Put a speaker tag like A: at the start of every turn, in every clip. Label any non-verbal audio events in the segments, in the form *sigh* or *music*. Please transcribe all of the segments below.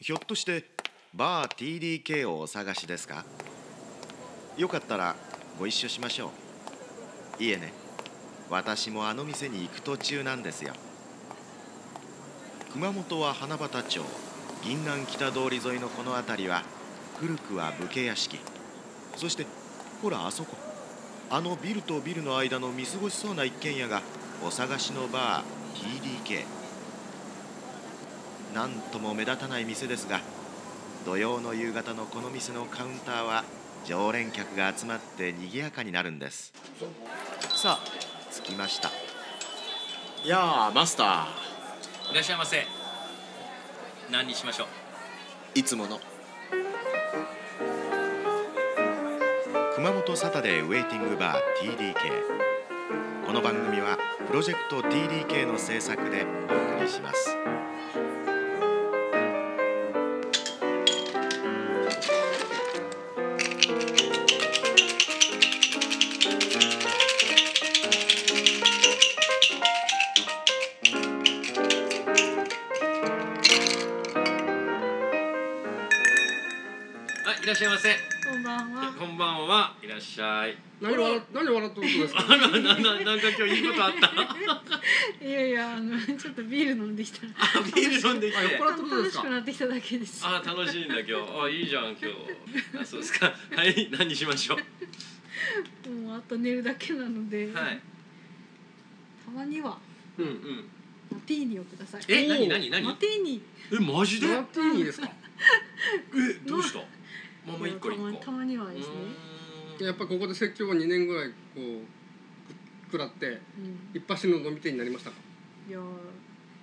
A: ひょっとしてバー TDK をお探しですかよかったらご一緒しましょういえね私もあの店に行く途中なんですよ熊本は花畑町銀南北通り沿いのこの辺りは古くは武家屋敷そしてほらあそこあのビルとビルの間の見過ごしそうな一軒家がお探しのバー TDK なんとも目立たない店ですが土曜の夕方のこの店のカウンターは常連客が集まって賑やかになるんですさあ着きました
B: いやあマスタ
C: いらっしゃいませ何にしましょう
B: ーいつもの
A: 熊本サタデーウェイティングバー TDK この番組はプロジェクト TDK の制作でお送りします
C: はいいらっしゃいませ
D: こんばんは。
C: こんばんはいらっしゃい
E: 何笑っ何笑っとるんです
C: あ
E: か。
C: らなななんか今日いいことあった
D: いやいや、あの、ちょっとビール飲んできた。
C: あビール飲んでき
E: あ酔って払ったことで
D: 楽
E: す
D: し
E: か
D: く。なってきただけです。
C: あ楽しいんだ今日あいいじゃん今日あそうですかはい何にしましょう
D: もうあと寝るだけなので。
C: はい
D: たまには。
C: *laughs*
E: う。
C: うんん
D: マティーニをください。
C: え
E: おー
C: 何何何
D: マティーニ。
C: えマジで
E: マティーニですか。
C: えどうしたママ一個一個
D: たまたまにはですね。
E: やっぱここで説教を2年ぐらいこうくらって
D: うん。
E: 一発の飲み手になりましたか。
D: いやー、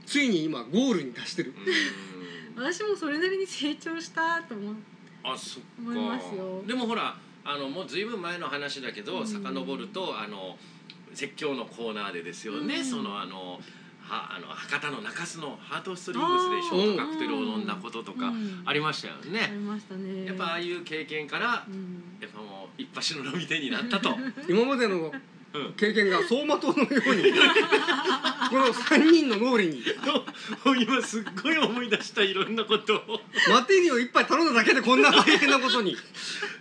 E: ついに今ゴールに達してる。
C: うーん
D: 私もそれなりに成長したと思う。
C: あそっか
D: 思いますよ
C: でもほらあのもうずいぶん前の話だけど、
D: うん
C: 遡るとあの説教のコーナーでですよね、
D: うん
C: そのあのはあの博多の中洲のハートストリングスでショートカクテルを飲んだこととか
D: うん
C: ありましたよ
D: あり
C: ね、
D: ましたね。
C: やっぱああいう経験から
D: うん。
C: やっぱもう一発の飲み手になったと
E: 今までの
C: うん
E: 経験が走馬灯のように *laughs* この3人の脳裏に
C: 今すっごい思い出したいろんなことを
E: マティーニを一杯頼んだだけでこんな大変なことに。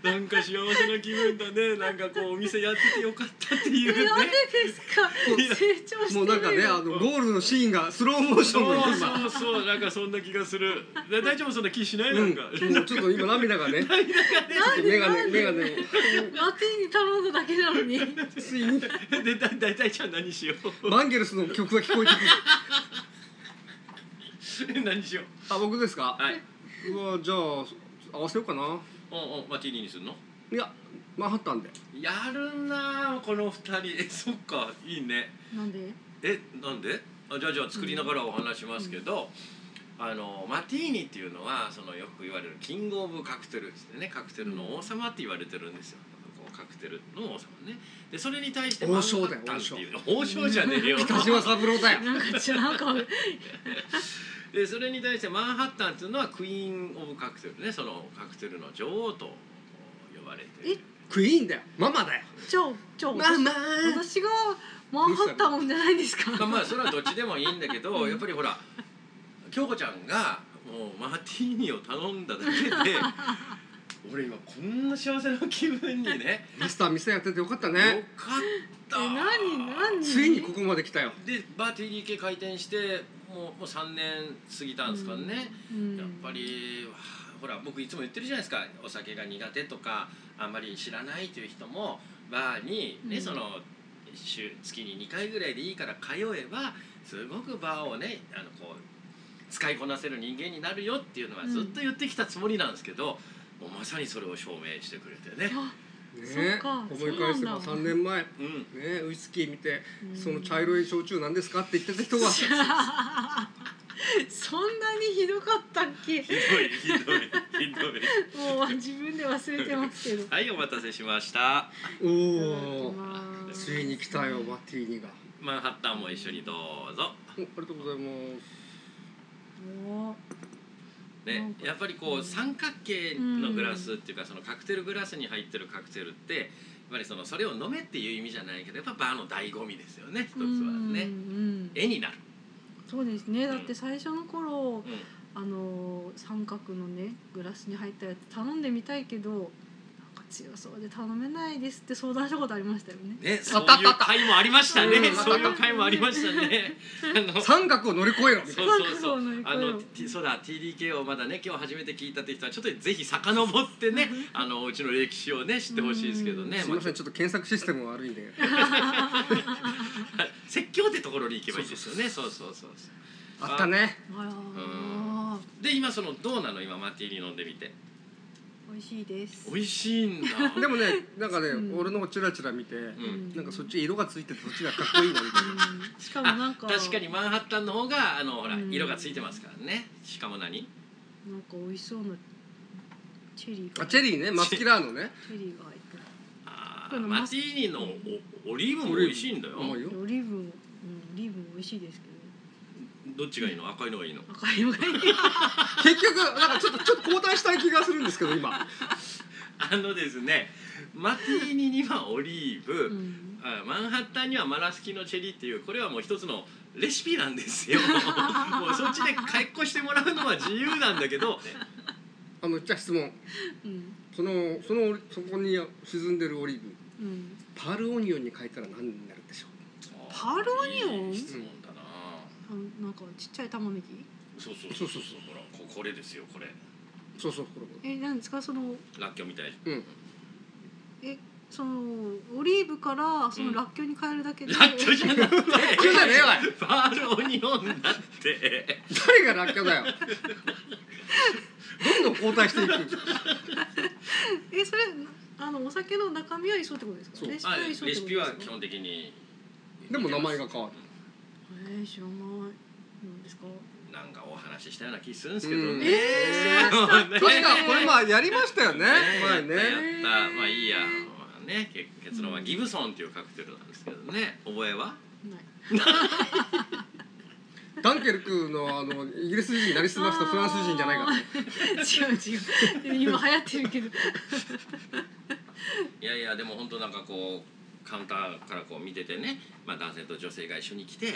C: なんか幸せな気分だねなんかこうお店やっててよかったっていうね
D: なんでですか。成長してるよ。
E: もうなんかねあのゴールのシーンがスローモーショ
C: そ
E: ン
C: う
E: で今。
C: そうそうなんかそんな気がするだ大丈夫そんな気しないな
E: うんん、
C: か、
E: もうちょっと今涙がね、ちょっと眼鏡、眼鏡を、
D: マティーニ頼んだだけなのに。
E: ついに
C: *laughs* でだ大体じゃあ何しよう
E: マンゲルスの曲が聞こえてくる。
C: 何しよう *laughs*
E: あ、僕ですか。
C: はいう
E: わ、じゃあ、合わせようかな。
C: おんおんマティーニにするの
E: いや、マンハッタンで。
C: やるなあこの二人えそっかいいね
D: なんで。
C: えなんであじゃあじゃあ作りながらお話しますけど、あのマティーニっていうのはそのよく言われるキングオブカクテルってねカクテルの王様って言われてるんですよこうカクテルの王様ねでそれに対して
E: 王将だよ
C: マンハッタンっていう王将じゃねえよ
E: 北島三郎だよ。
D: なんか違うかも。
C: でそれに対してマンハッタンっていうのはクイーン・オブ・カクテルねそのカクテルの女王と呼ばれてる
E: クイーンだよ。ママだよ。
D: 超超。
E: ママ。
D: 私がマンハッタンをじゃないですか。
C: まあまあそれはどっちでもいいんだけどやっぱりほら京子ちゃんがもうマーティーニを頼んだだけ
D: *laughs*
C: で俺今こんな幸せな気分にね
E: ミスター店やっててよかった
C: よ
E: ね。
C: かった
D: え何何？
E: ついにここまで来たよ。
C: でバー TDK 開店してもうもう3年過ぎたんですかね、
D: うん
C: やっぱりわあほら僕いつも言ってるじゃないですかお酒が苦手とかあんまり知らないという人もバーに、ね
D: うん
C: その週月に2回ぐらいでいいから通えばすごくバーをねあのこう使いこなせる人間になるよっていうのは
D: うん
C: ずっと言ってきたつもりなんですけど、もうまさにそれを証明してくれてね。
D: あそ
E: ね
D: っか、
E: 思い返せば
D: そうなんだ
E: 三年前。
C: うん
E: ね、ウイスキー見て、
D: うん
E: その茶色い焼酎なんですかって言ってた
D: *laughs*
E: 人が。
D: そんなにひどかったっけ？
C: ひどいひどいひどい。
D: もう自分で忘れてますけど。い
C: はいお待たせしました。
E: お
D: ただき
E: お。
D: ます
E: ついに来たよ、マティーニが。
C: マンハッタンも一緒にどうぞ。
E: おありがとうございます。
D: おな
C: ね
D: ん、か
C: やっぱりこう三角形のグラスっていうか、そのカクテルグラスに入ってるカクテルってやっぱりそのそれを飲めっていう意味じゃないけどやっぱバーの醍醐味ですよね一つは
D: うんう
C: ね
D: ん
C: 絵になる、
D: そうですね。だって最初の頃
C: う
D: あの三角のねグラスに入ったやつ頼んでみたいけどなんか強そうで頼めないですって相談したことありましたよね。
C: ね、そういう回もありましたね。
E: うん
C: *laughs* そういう回もありましたね。あの
E: *laughs* 三角を乗り越えろみた
C: そ
E: いうな
C: そうそう。あの、T- そうだ、TDK をまだね、今日初めて聞いたって人は、ちょっとぜひ遡ってね、あのうちの歴史をね、知ってほしいですけどね。
E: すみませ
C: ま
E: んちょっと検索システムが悪いんで
C: あ説教ってところに行けばいいですよね。そうそうそうそう。
E: あったね
D: あら
C: で、今そのどうなの今マティーニ飲んでみて。
D: 美味しいです。
C: 美味しいんだ。
E: でもねなんかね、
D: うん
E: 俺の方チラチラ見て、
C: うん
E: なんかそっち色がついててそっちがかっこいいなみたいな
D: うんしかもなん *laughs* か
C: 確かにマンハッタンの方があのほら
D: うん
C: 色がついてますからね。しかも何？
D: なんか美味しそうなチェリーが
E: あチェリーねマスキラーのね
D: チェリーが入ってる
C: あ
D: こ
C: ー
D: れ
C: マ
D: マス
C: ティーニのおオリーブも美味しいんだよ。
E: うまいよ
D: オリーブも、うん、オリーブも美味しいですけ
C: どっちがいいの？赤いのがいいの？
D: ど赤いのがいい
E: 結局なんかちょっとちょっと交代したい気がするんですけど今
C: あのですね、マティーニにはオリー
D: う
C: ブ、
D: ん
C: あマンハッタンにはマラスキのチェリーっていうこれはもう一つのレシピなんですよ。もうそっちで買いっこしてもらうのは自由なんだけど、
E: あのじゃあ質問
D: うん
E: そのそのそこに沈んでるオリーブ
D: うん
E: パールオニオンに変えたら何になるでしょ
D: パルオニオン
C: いい質問だな。
D: あなんかちっちゃい玉ねぎ
C: そうそう
E: そうそう
C: ほらここれですよこれ。
E: うそうそうこれこ
D: えなんですかその
C: ラッキョみたい。
E: れうん
D: そのオリーブからそのらっきょうに変えるだけで、
C: ラッキョじゃなくて。
E: 急だねおい
C: パールオニオンだって。
E: 誰がラッキョだよどんどん交代していく
D: えそれあのお酒の中身は一緒ってことです
E: そ
D: か
E: う
D: レシピ
C: あ
D: は一緒ってこと
C: レ
D: です
C: シ
D: か
C: ピは基本的に。
E: でも名前が変わる
D: えー、知らないなんですか
C: なんかお話ししたような気するんですけど
E: うん
C: ね。
D: え
C: ー
E: 確かこれまあやりましたよね
C: ねや
E: 前
C: った
E: ね
C: やったまあいいやねけ結論はギブソンっていうカクテルなんですけどね覚えは
D: ない
E: ダンケルクのあのイギリス人になりすましたフランス人じゃないから
D: 違う違うでも今流行ってるけど
C: いやいやでも本当なんかこうカウンターからこう見ててね、まあ、男性と女性が一緒に来て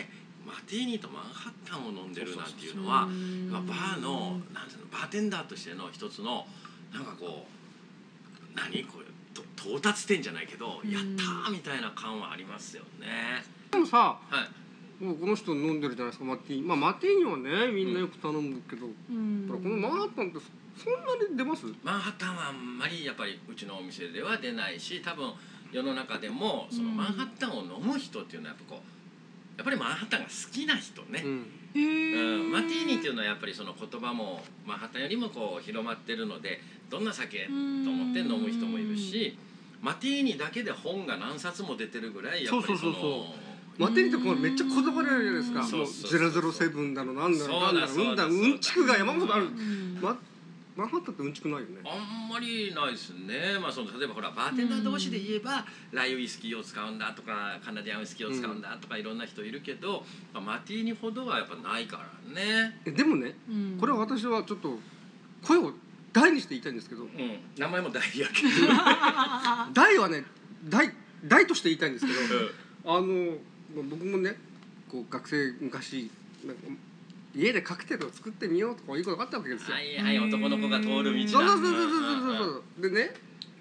C: マティーニとマンハッタンを飲んでるなんていうのは
D: うん
C: まあ、バーのなんていうのバーテンダーとしての一つのなんかこう何これと到達点じゃないけど
D: うん
C: やったーみたいな感はありますよね。
E: でもさ
C: はい
E: もうこの人飲んでるじゃないですかマティーニまあマティーニはねみんなよく頼むけど、
D: うん
E: ほらこのマンハッタンってそんなに出ます
C: マンハッタンはあんまりやっぱりうちのお店では出ないし多分世の中でもその
D: うん
C: マンハッタンを飲む人っていうのはやっぱこうやっぱりマンハッタンが好きな人ね、
E: うん
D: へ
C: う
D: ー
C: んマティーニっていうのはやっぱりその言葉もマンハッタンよりもこう広まってるのでどんな酒と思って飲む人もいるしマティーニだけで本が何冊も出てるぐらいやっぱりそ
E: そう
C: の
E: そうそうマテリってこれめっちゃこだわりあるじゃないですか。
C: そう
E: もう
C: そう
E: ゼロゼロセブンだのなんだろなんだろ
C: そうだ
E: うんだろ
C: そうだ
E: うんちくが山ほどある
C: う。
D: うん
E: まマンハッタンってうんちくないよね。
C: あんまりないですね、まあ、その例えばほらバーテンダー同士で言えば、ライウイスキーを使うんだとかカナディアンウイスキーを使うんだとかいろんな人いるけど、まあマティーニほどはやっぱないからね、
E: えでもね、
D: うん
E: これは私はちょっと声を大にして言いたいんですけど、
C: うん、名前も大やけ
E: *laughs* 大はね大大として言いたいんですけ
C: ど、
E: ど、あのまあ僕もねこう学生昔なんか家でカクテルを作ってみようとかいうことがあったわけですよ。
C: はいはい男の子が通る道だ
E: そうそうそうそうそう
C: うんうん
E: そううそうでね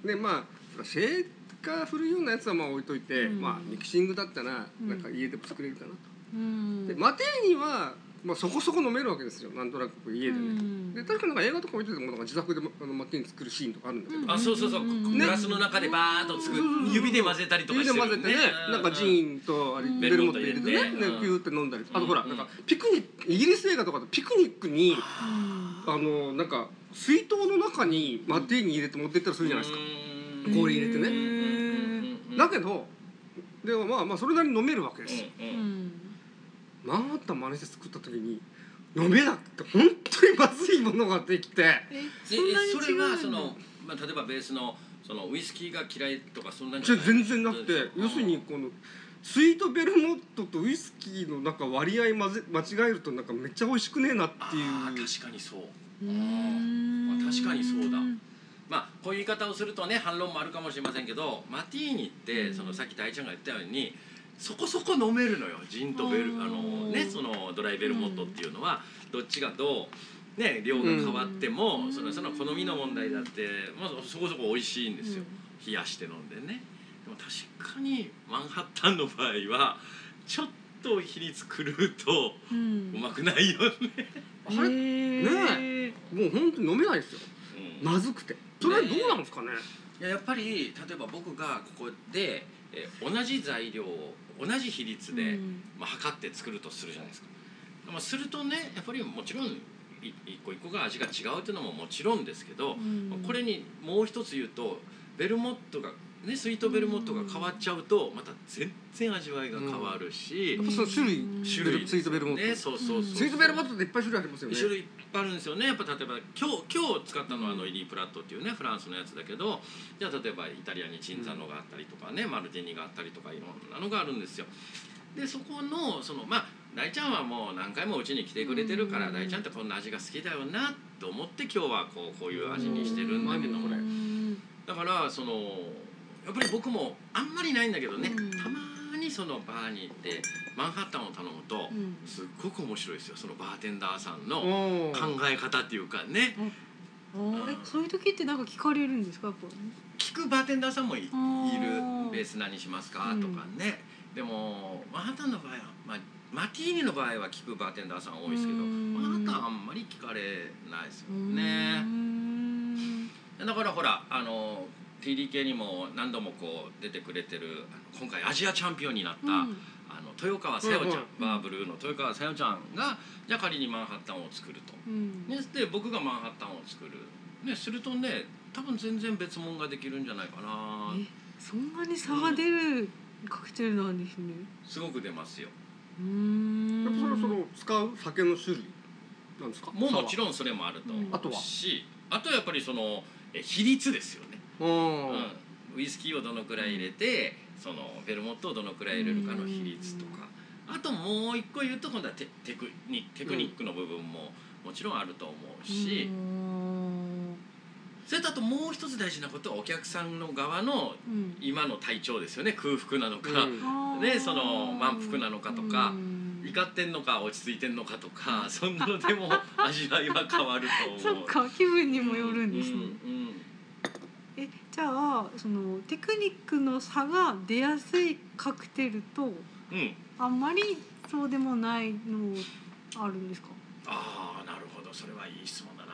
E: でまあシェーカー振るようなやつはまあ置いといて、
D: うん
E: まあミキシングだったら
D: うん
E: なんか家でも作れるかな、
D: うん
E: でマテーニは、まあ、そこそこ飲めるわけですよなんとなくこう家でね、
D: うん
E: で確かなんか映画とか見ててもなんか自宅でもあのマティーニ作るシーンとかあるんだけど、
D: うん
C: あそうそうそう、
D: ね
C: グラスの中でバーッとつく指で混ぜたりとか
E: 指
C: して
E: で
C: る
E: 混ぜてねなんかジーンとあれ
D: うん
E: ベルモット入れて
C: ベルモ
E: ね
C: ット入れ
E: で
C: て
E: ピューって飲んだりあとほら
C: うん
E: なんかピクニックイギリス映画とかでピクニックに
D: うん
E: あのなんか水筒の中にマティーニ入れて持ってったりするじゃないですか、
C: うん
E: 氷入れてね
C: うんうんうんうん
E: だけどでもまあまあそれなりに飲めるわけですよ、
C: うんう
D: うんん
E: マンハッタン真似して作った時に飲めなくて本当にまずいものができて
D: え
C: で
D: そんなに違
C: それ
D: うん
C: は
D: だ
C: その、まあ、例えばベースのそのウイスキーが嫌いとかそんなん
E: じゃ
C: ない
E: 全然なくて
C: うん
E: 要するにこのスイートベルモットとウイスキーのなんか割合混ぜ間違えるとなんかめっちゃ美味しくねえなってい
C: あ
E: う
C: ー確かにそう
D: うん
C: 確かにそうだまあこういう言い方をするとね反論もあるかもしれませんけどマティーニってそのさっき大ちゃんが言ったようにそこそこ飲めるのよジンとベル
D: あー
C: あのねそのドライベルモットっていうのはどっちがどうね量が変わっても、
D: うん
C: そのその好みの問題だって、まあ、そこそこ美味しいんですよ、
D: う
C: 冷やして飲んでねでも確かにマンハッタンの場合はちょっと比率狂うと
D: ん
C: うまくないよね、
E: あれ
D: ね
E: もう本当に飲めないですよ
C: うん
E: まずくてそれはどうなんですかね
C: いややっぱり例えば僕がここで、えー同じ材料を同じ比率で、まあ、測って作るとするじゃないですか。まあ、するとねやっぱりもちろんい一個一個が味が違うっていうのももちろんですけど、これにもう一つ言うとベルモットが、ね、スイートベルモットが変わっちゃうとまた全然味わいが変わるし、
E: やっぱその種類
C: 種
E: ベ
C: 類
E: ルスイートベルモット
C: ね、そうそうそう
E: スイートベルモットっていっぱい種類ありますよね
C: 種類いっぱいあるんですよねやっぱ例えば今日今日使ったのはあのイリー・プラットっていうねフランスのやつだけどじゃあ例えばイタリアにチンザノがあったりとかね、マルティニがあったりとかいろんなのがあるんですよ。でそこのそのまあ大ちゃんはもう何回もうちに来てくれてるから、
D: うん
C: 大ちゃんってこんな味が好きだよなと思って今日はこうこういう味にしてるんだけども、
E: うんうまいもんこれ
C: だからそのやっぱり僕もあんまりないんだけどね、
D: うん
C: たまにそのバーに行ってマンハッタンを頼むと、すっごく面白いですよそのバーテンダーさんの。
E: お
C: 考
E: ー
C: え方っていうかね
D: えそういう時ってなんか聞かれるんですかやっぱ
C: 聞くバーテンダーさんもいいる
D: ー
C: ベース何しますかとかね、でもマンハッタンの場合は、まあ、マティーニの場合は聞くバーテンダーさん多いですけど
D: うん
C: マンハッタンあんまり聞かれないですよ
D: う
C: ね
D: ん
C: だからほらあの TDK にも何度もこう出てくれてるあの今回アジアチャンピオンになった、
D: うん
C: あの豊川さよちゃん、
E: うんうん
C: バーブルーの豊川さよちゃんがじゃあ仮にマンハッタンを作ると。
D: うん
C: ね、で僕がマンハッタンを作る、ね、するとね多分全然別物ができるんじゃないかな
D: えそんなに差が出るカクテルなんですね
C: すごく出ますよ
D: う
E: やっぱそれそ
D: ん
E: の使う酒の種類なんですか
C: もうもち
E: ろん
C: ろんそれもあると
D: うん
E: あとは
C: しあとはやっぱりそのえ比率ですよね、
E: おー
C: うん、ウイスキーをどのくらい入れてそのベルモットをどのくらい入れるかの比率とかあともう一個言うと今度はテテクニテクニックの部分ももちろんあると思うし、
D: うん
C: それとあともう一つ大事なことはお客さんの側の
D: うん
C: 今の体調ですよね空腹なのか、
E: うん
C: ねその満腹なのかとか
D: うん
C: 怒ってんのか落ち着いてんのかと
D: *laughs*
C: かそんなのでも味わいは変わると
D: そ
C: 思
D: っ
C: う。
D: か気分にもよるんですね、
C: うんうん
D: えじゃあそのテクニックの差が出やすいカクテルと
C: うん
D: あんまりそうでもないのあるんですか、
C: ああなるほどそれはいい質問だな。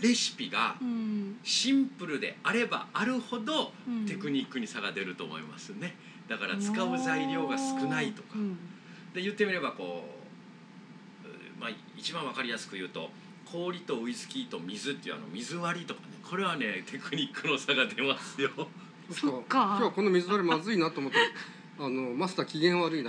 C: レシピが
D: うん
C: シンプルであればあるほど
D: うん、
C: テクニックに差が出ると思いますね。だから使う材料が少ないとか
D: う。ん
C: で言ってみればこうう、まあ、一番わかりやすく言うと氷とウイスキーと水っていうあの水割りとかねこれはねテクニックの差が出ますよ
D: そっか
E: 今日はこの水割りまずいな
D: *laughs*
E: と思ってあのマスター機嫌悪いな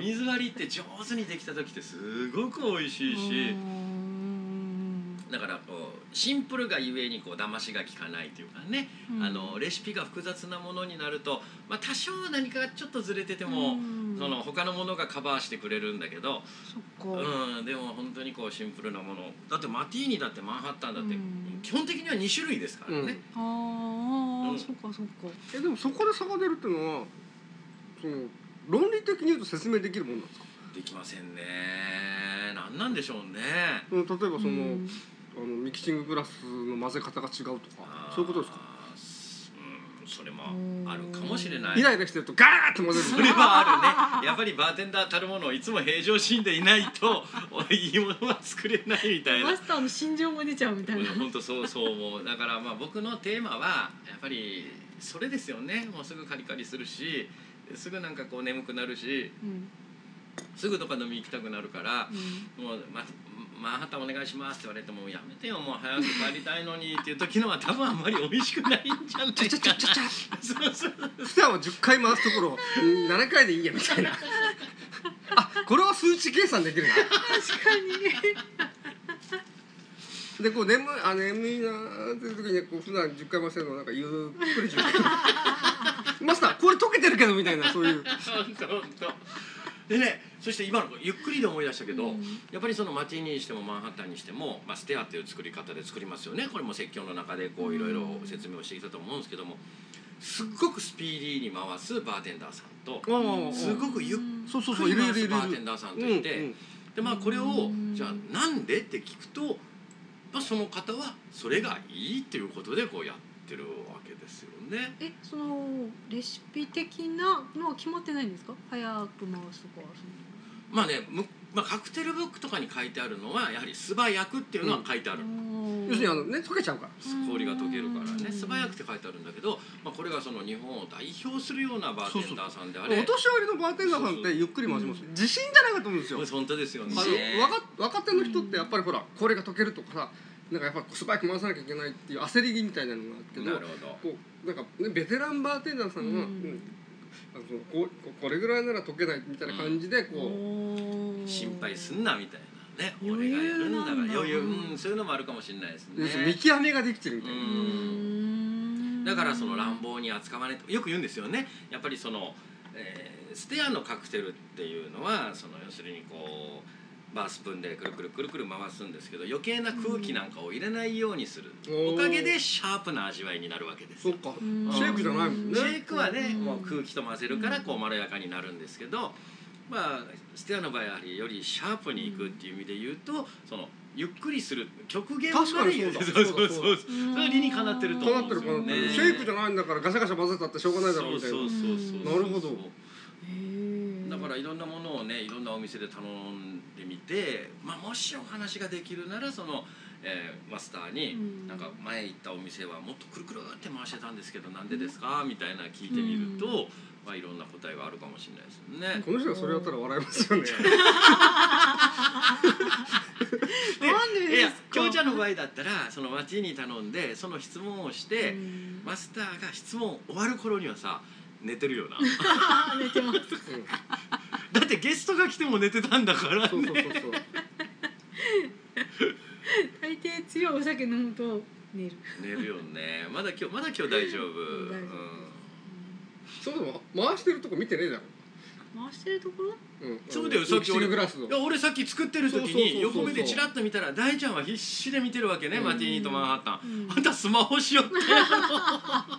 C: 水割りって上手にできた時ってすごく美味しいし
D: うん
C: だからこうシンプルがゆえにこう騙しが効かないというかね、あのレシピが複雑なものになると、まあ、多少何かちょっとずれてても、
D: うん
C: その他のものがカバーしてくれるんだけど
D: そっか、
C: うん、でも本当にこうシンプルなものだってマティーニだってマンハッタンだって、
D: うん
C: 基本的には2種類ですからね、
D: ああ、
C: うん
D: そっかそっか
E: えでもそこで差が出るっていうのはその論理的に言うと説明できるもんなんですか
C: できませんねなんなんでしょうね
E: その例えばその,、
D: うん
E: あのミキシンググラスの混ぜ方が違うとかそういうことですか
C: すかうんそれもあるかもしれない
E: イライラしてるとガーッと混ぜ
C: そ *laughs*
E: る
C: れはあるねやっぱりバーテンダーたるものをいつも平常心でいないといいものは作れないみたいな
D: マスターの心情も出ちゃうみたいな
C: 本当そうそう思うだからまあ僕のテーマはやっぱりそれですよねもうすぐカリカリするしすぐなんかこう眠くなるし
D: うん
C: すぐとか飲み行きたくなるから
D: う
C: 「
D: ん
C: もうまマンハッタンお願いします」って言われても「もうやめてよもう早く帰りたいのに」っていう時のは多分あんまり美味しくないんじゃないか
E: ちゃちゃちゃちゃちゃ
C: な *laughs* そうそう
E: 普段は10回回すところをうん7回でいいやみ
C: *laughs*
E: たいなあこれは数値計算できるな
D: 確かに
E: でこう眠いあ眠いなーっていう時にこう普段10回回してるのをなんかゆっくり10回
C: *laughs*
E: マスターこれ溶けてるけどみたいなそういう
C: 本当本当でねそして今のゆっくりで思い出したけど、
D: うん
C: やっぱりそのマティーニにしてもマンハッタンにしても、まあ、ステアっていう作り方で作りますよねこれも説教の中でこういろいろ説明をしてきたと思うんですけどもすっごくスピーディーに回すバーテンダーさんと
E: おー
C: すごくゆっ
E: そうそうそ
C: くり
E: ういるい
C: 回
E: るい
C: す
E: る
C: バーテンダーさんといて、
E: うんうん
C: でまあこれを
D: うん
C: じゃあなんでって聞くと、まあ、その方はそれがいいっていうことでこうやってるわけですよね。
D: えそのレシピ的なのは決まってないんですか早く回すとかはその
C: まあねむまあ、カクテルブックとかに書いてあるのはやはり素早くっていうのは書いてある、
E: 要するにあのね溶けちゃうから
C: 氷が溶けるから
D: う
C: ね
D: ん
C: 素早くって書いてあるんだけど、まあ、これがその日本を代表するようなバーテンダーさんであ
E: お
C: れ
E: 年寄りのバーテンダーさんってゆっくり回します自信じゃないかと思うんですよ
C: 本当ですよね
E: あの若若手の人ってやっぱりほらこれが溶けるとかさなんかやっぱ素早く回さなきゃいけないっていう焦り気みたいなのがあって
C: な
E: ど
C: るほど
E: こうなんか、ね、ベテランバーテンダーさんが、
D: う
E: うんんあのこうここれぐらいなら溶けないみたいな感じでこう、
C: 心配す
D: る
C: んなみたいなね
D: 余
C: 俺がやる
D: 裕
C: ん
D: な
C: だ
D: ん
C: か
D: だ
C: ら余裕、うん、そういうのもあるかもしれないですね
E: 要するに見極めができてるみたいな、
C: うんだからその乱暴に扱われてよく言うんですよねやっぱりその、えーステアのカクテルっていうのはその要するにこうバースプーンでくるくるくるくる回すんですけど余計な空気なんかを入れないようにする、
E: うん
C: おかげでシャープな味わいになるわけです
E: そ
C: よ
E: っか、
D: うん
E: シェイクじゃないもんね
C: シェイクはね、
D: うん
C: もう空気と混ぜるからこうまろやかになるんですけど、まあステアの場合はやはりよりシャープにいくっていう意味で言うと、そのゆっくりする極限まで
E: 確かにそうだ
C: そうそうそう
E: そ
C: それは理にかなってると
E: こう
C: 思
E: な
C: う
E: っ
C: ん
E: て
C: で
E: る
C: すよね。
E: こうなってる、シェイクじゃないんだからガシャガシャ混ぜたってしょうがないだろうみたいな
C: そうそうそうそう
E: なるほど
C: だからいろんなものをねいろんなお店で頼んでみて、まあ、もしお話ができるならその、えーマスターに、
D: うん
C: なんか前行ったお店はもっとくるくるって回してたんですけどなんでですかみたいな聞いてみると、
D: う
C: まあ、いろんな答えがあるかもしれないですよね。
E: この人がそれやったら笑いますよね
D: なんで
C: い
D: で *laughs*
C: や
D: すか
C: 京ちゃんの場合だったらその町に頼んでその質問をして、
D: うん
C: マスターが質問終わる頃にはさ寝てるよな
D: あー寝てます
C: だってゲストが来ても寝てたんだからね
E: そうそうそうそう
D: 大抵強いお酒飲むと寝る
C: 寝るよねまだ今日まだ今日大丈夫、
D: うん大丈
E: そもそも回してるとこ見てねえだろ、
D: 回してるところ
E: うん、
C: そうだよ
E: あの
C: さっき俺
E: ミキシンググラス
C: う
E: を
C: んいや俺さっき作ってる時
E: そうそうそうそ
C: に
E: う
C: 横目でチラッと見たら大ちゃんは必死で見てるわけね、
E: うん
C: マティーニとマンハッタン、 *laughs*
D: うん
C: あんたスマホしよって
E: なんかあ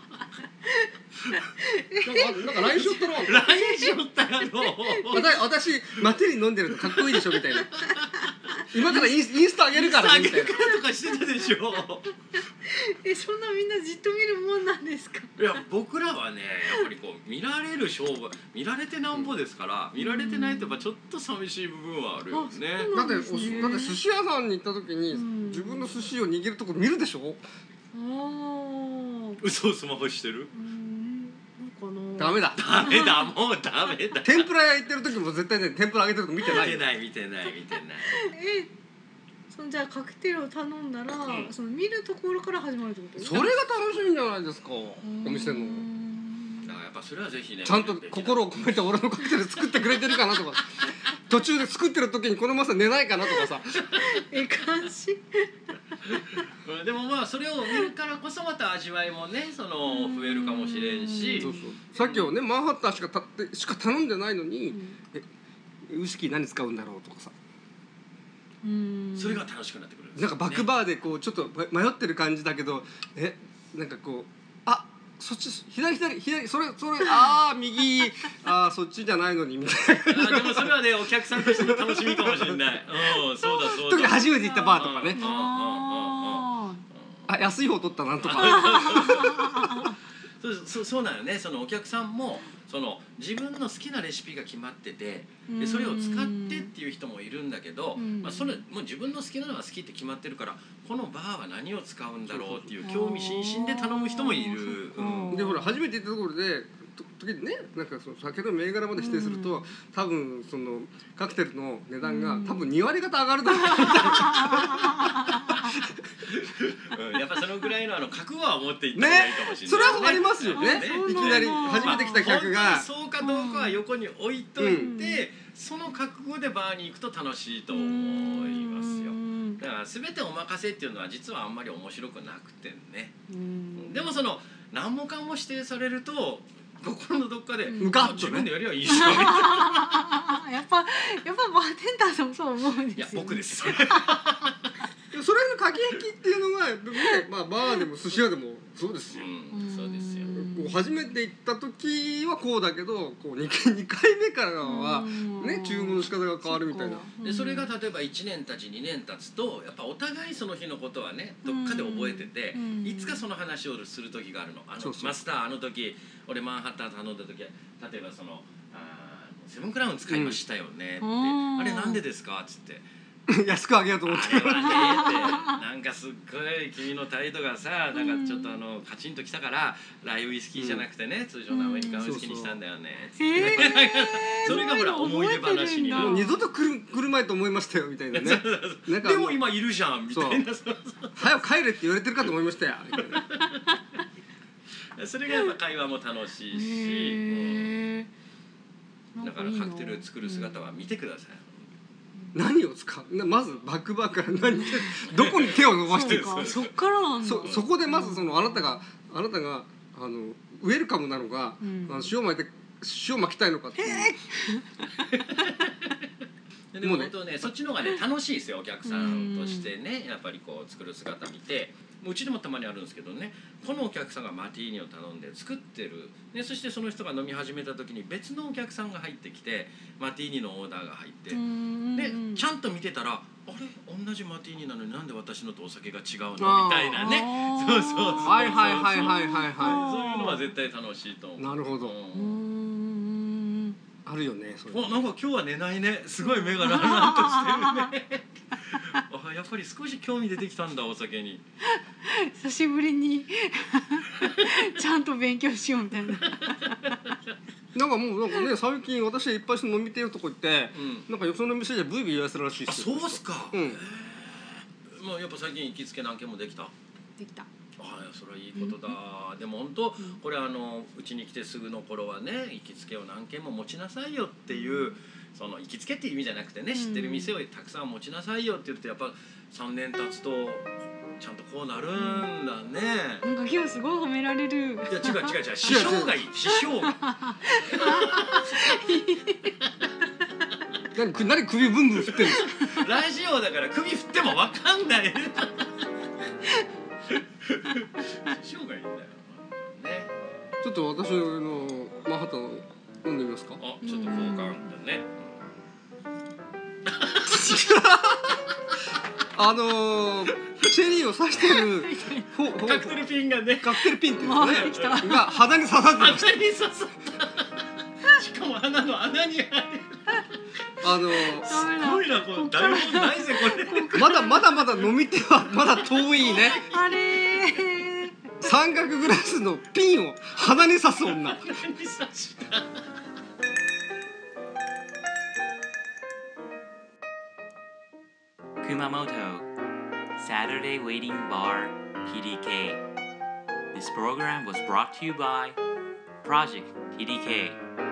E: なんか LINE しよったろ
C: LINE しよったやろ
E: わた私マテリ飲んでるのかっこいいでしょみたいな今からインスインスタ上げるから
C: あ
E: ね
C: げ
E: みたい
C: る
E: な
C: からとかしてたでしょ
D: えそんなみんなじっと見るもんなんですか
C: いや僕らはねやっぱりこう見られる商売見られてなんぼですから、見られてないとやっぱちょっと寂しい部分はあるよね
D: あそう
E: だってお
D: そうですね
E: だって寿司屋さんに行った時に
D: うん
E: 自分の寿司を握るとこ見るでしょ
D: おー
C: 嘘スマホしてる
D: うんなんかな
E: ダメだ
C: ダメだもうダメだ
E: 天ぷら屋行ってる時も絶対ね天ぷら揚げてるとこ見て
C: 見
E: ない
C: てない見てない見てない
D: えそのじゃあカクテルを頼んだら、
C: うん
D: その見るところから始まるってこと
E: それが楽しみじゃないですかお店の
C: だからやっぱそれはぜひね
E: ちゃんと心を込めて俺のカクテル作ってくれてるかなとか途中で作ってる時にこのマスター寝ないかなとかさ
D: え監視
C: うんでもまあそれを見るからこそまた味わいもねその増えるかもしれんし
E: そうそうさっきをねマンハッタンしかたってしか頼んでないのにウイスキー何使うんだろうとかさ
D: うん
C: それが楽しくなってくる
E: なんかバックバーでこうちょっと迷ってる感じだけどえなんかこうあそっち左左左それそれああ右ああそっちじゃないのにみたいな
C: あでもそれはねお客さんとしての楽しみかもしれないうんそうだそうだ
E: 特に初めて行ったバーとかね
C: うん
D: あ
E: あ安い方取ったなとか
C: そうそうそうなんよねそのお客さんもその自分の好きなレシピが決まっててでそれを使ってっていう人もいるんだけど、
D: うん
C: まあ、それもう自分の好きなのが好きって決まってるからこのバーは何を使うんだろうっていう興味津々で頼む人もいる。
D: あー
C: うん
E: でほら初めて行ったところでと時にねなんかその酒の銘柄まで指定すると、
D: うん
E: 多分そのカクテルの値段が、
D: うん
E: 多分2割方上がるだろうなみたいな
C: うんやっぱそのぐらいのあの覚悟は持ってい *laughs* った方がいいかもしれない、
E: それはわかりますよね
D: ねそう
E: い
D: な
E: き
D: の
E: なり初めて来た客が、
C: まあ本当にそうかどうかは横に置いといて、
D: うん
C: その覚悟でバーに行くと楽しいと思いますよ。だから全てお任せっていうのは実はあんまり面白くなくてね。でもその何もかも指定されると心のどっかで、
D: うん
E: ムカッとね
C: 自分でやりゃいいじゃんみたいな。
D: あやっぱやっぱバーテンダーさんもそう思うんですよ、ね、
C: いや僕です。
E: でもそ *laughs* れの駆け引きっていうのが、ねまあ、バーでも寿司屋でもそうですよ、
C: うん、そうですよ。
D: うん
E: こう初めて行った時はこうだけどこう 2, 回2回目からはね注文の仕方が変わるみたいな。
C: でそれが例えば1年たち2年経つとやっぱお互いその日のことはねどっかで覚えてて、
D: うん
C: いつかその話をする時があるのあの
E: そうそう
C: マスターあの時俺マンハッタン頼んだ時例えばそのあーセブンクラウン使いましたよねって、
D: うん
C: あれなんでですか?」っつって
E: 安くあげようと
C: あ
E: 思って
C: れはねってなんかすっごい君の態度がさなんかちょっとあのカチンときたからライウイスキーじゃなくてね通常のアメリカンウイスキーにしたんだよね。
D: へえ
C: *laughs* それがほら思い出話になる
E: もう二度と来る来るまいと思いましたよみたいなねなんか
C: でも今いるじゃんみたいな
E: 早く帰れって言われてるかと思いましたよみたい
C: *laughs*
E: な
C: それがやっぱ会話も楽しいし、うんだからカクテル作る姿は見てください。
E: 何を使うなまずバックバーから何どこに手を伸ばしてる
D: そうかそっからなんだ
E: そそこでまずそのあなたがあなたがあのウェルカムなのか、
D: うん
E: あの塩巻いて塩巻きたいのかっていう
C: でも
E: もうね
C: 本当ねそっちの方がね楽しいですよお客さんとしてねやっぱりこう作る姿見てもううちでもたまにあるんですけどねこのお客さんがマティーニを頼んで作ってる、ね、そしてその人が飲み始めた時に別のお客さんが入ってきてマティーニのオーダーが入って、でちゃんと見てたらあれ同じマティーニなのになんで私のとお酒が違うのみたいなね
D: ね
C: そうそうそう
E: はいはいはいはいはいは
C: そういうのは絶対楽しいと思う。
E: いなるほど
D: うーん
E: あるよねそ
C: お
E: れ
C: なんか今日は寝ないねすごい目がランランとしてるねあやっぱり少し興味出てきたんだお酒に
D: *laughs* 久しぶりに *laughs* ちゃんと勉強しようみたいな
E: なんかもうなんかね最近私いっぱいその飲み手のとこ行って
C: うん
E: なんかよその店じゃブイブイ言わせるらしい
C: あ
E: です
C: そ
E: よ
C: うっすか、
E: うん
C: まあやっぱ最近行きつけ何件もできたあ
D: できた
C: あそれはいいことだでも本当これあのうちに来てすぐの頃はね行きつけを何件も持ちなさいよっていうその行きつけっていう意味じゃなくてね知ってる店をたくさん持ちなさいよって言ってやっぱ3年経つとちゃんとこうなるんだね
D: なんか今日すごい褒められる
C: いや違う違う違う師匠がいい師匠が
E: 何く何首ブンブン振ってるんですか
C: ラジオだから首振ってもわかんない。師匠がいいんだよ。ね。
E: ちょっと私のマンハッタン飲んでみますか
C: あ、ちょっと交換だね。
E: あのー、チェリーを刺してるほほ
C: カクテルピンがね。
E: カクテルピンっていうん
D: 回
E: で
D: っ
E: す
D: て
E: ね
D: きた
E: が肌に刺さってました
C: 鼻に刺さった。しかも鼻の穴に入る。
E: あの
D: ダメ
C: すごい
D: だ
C: な、この台本ないぜ、これ。
E: まだまだまだ飲み手はまだ遠いね
D: あれー
E: 三角グラスのピンを鼻に刺す女
C: 鼻に刺した。
F: Kumamoto Saturday Waiting Bar PDK. This program was brought to you by Project TDK.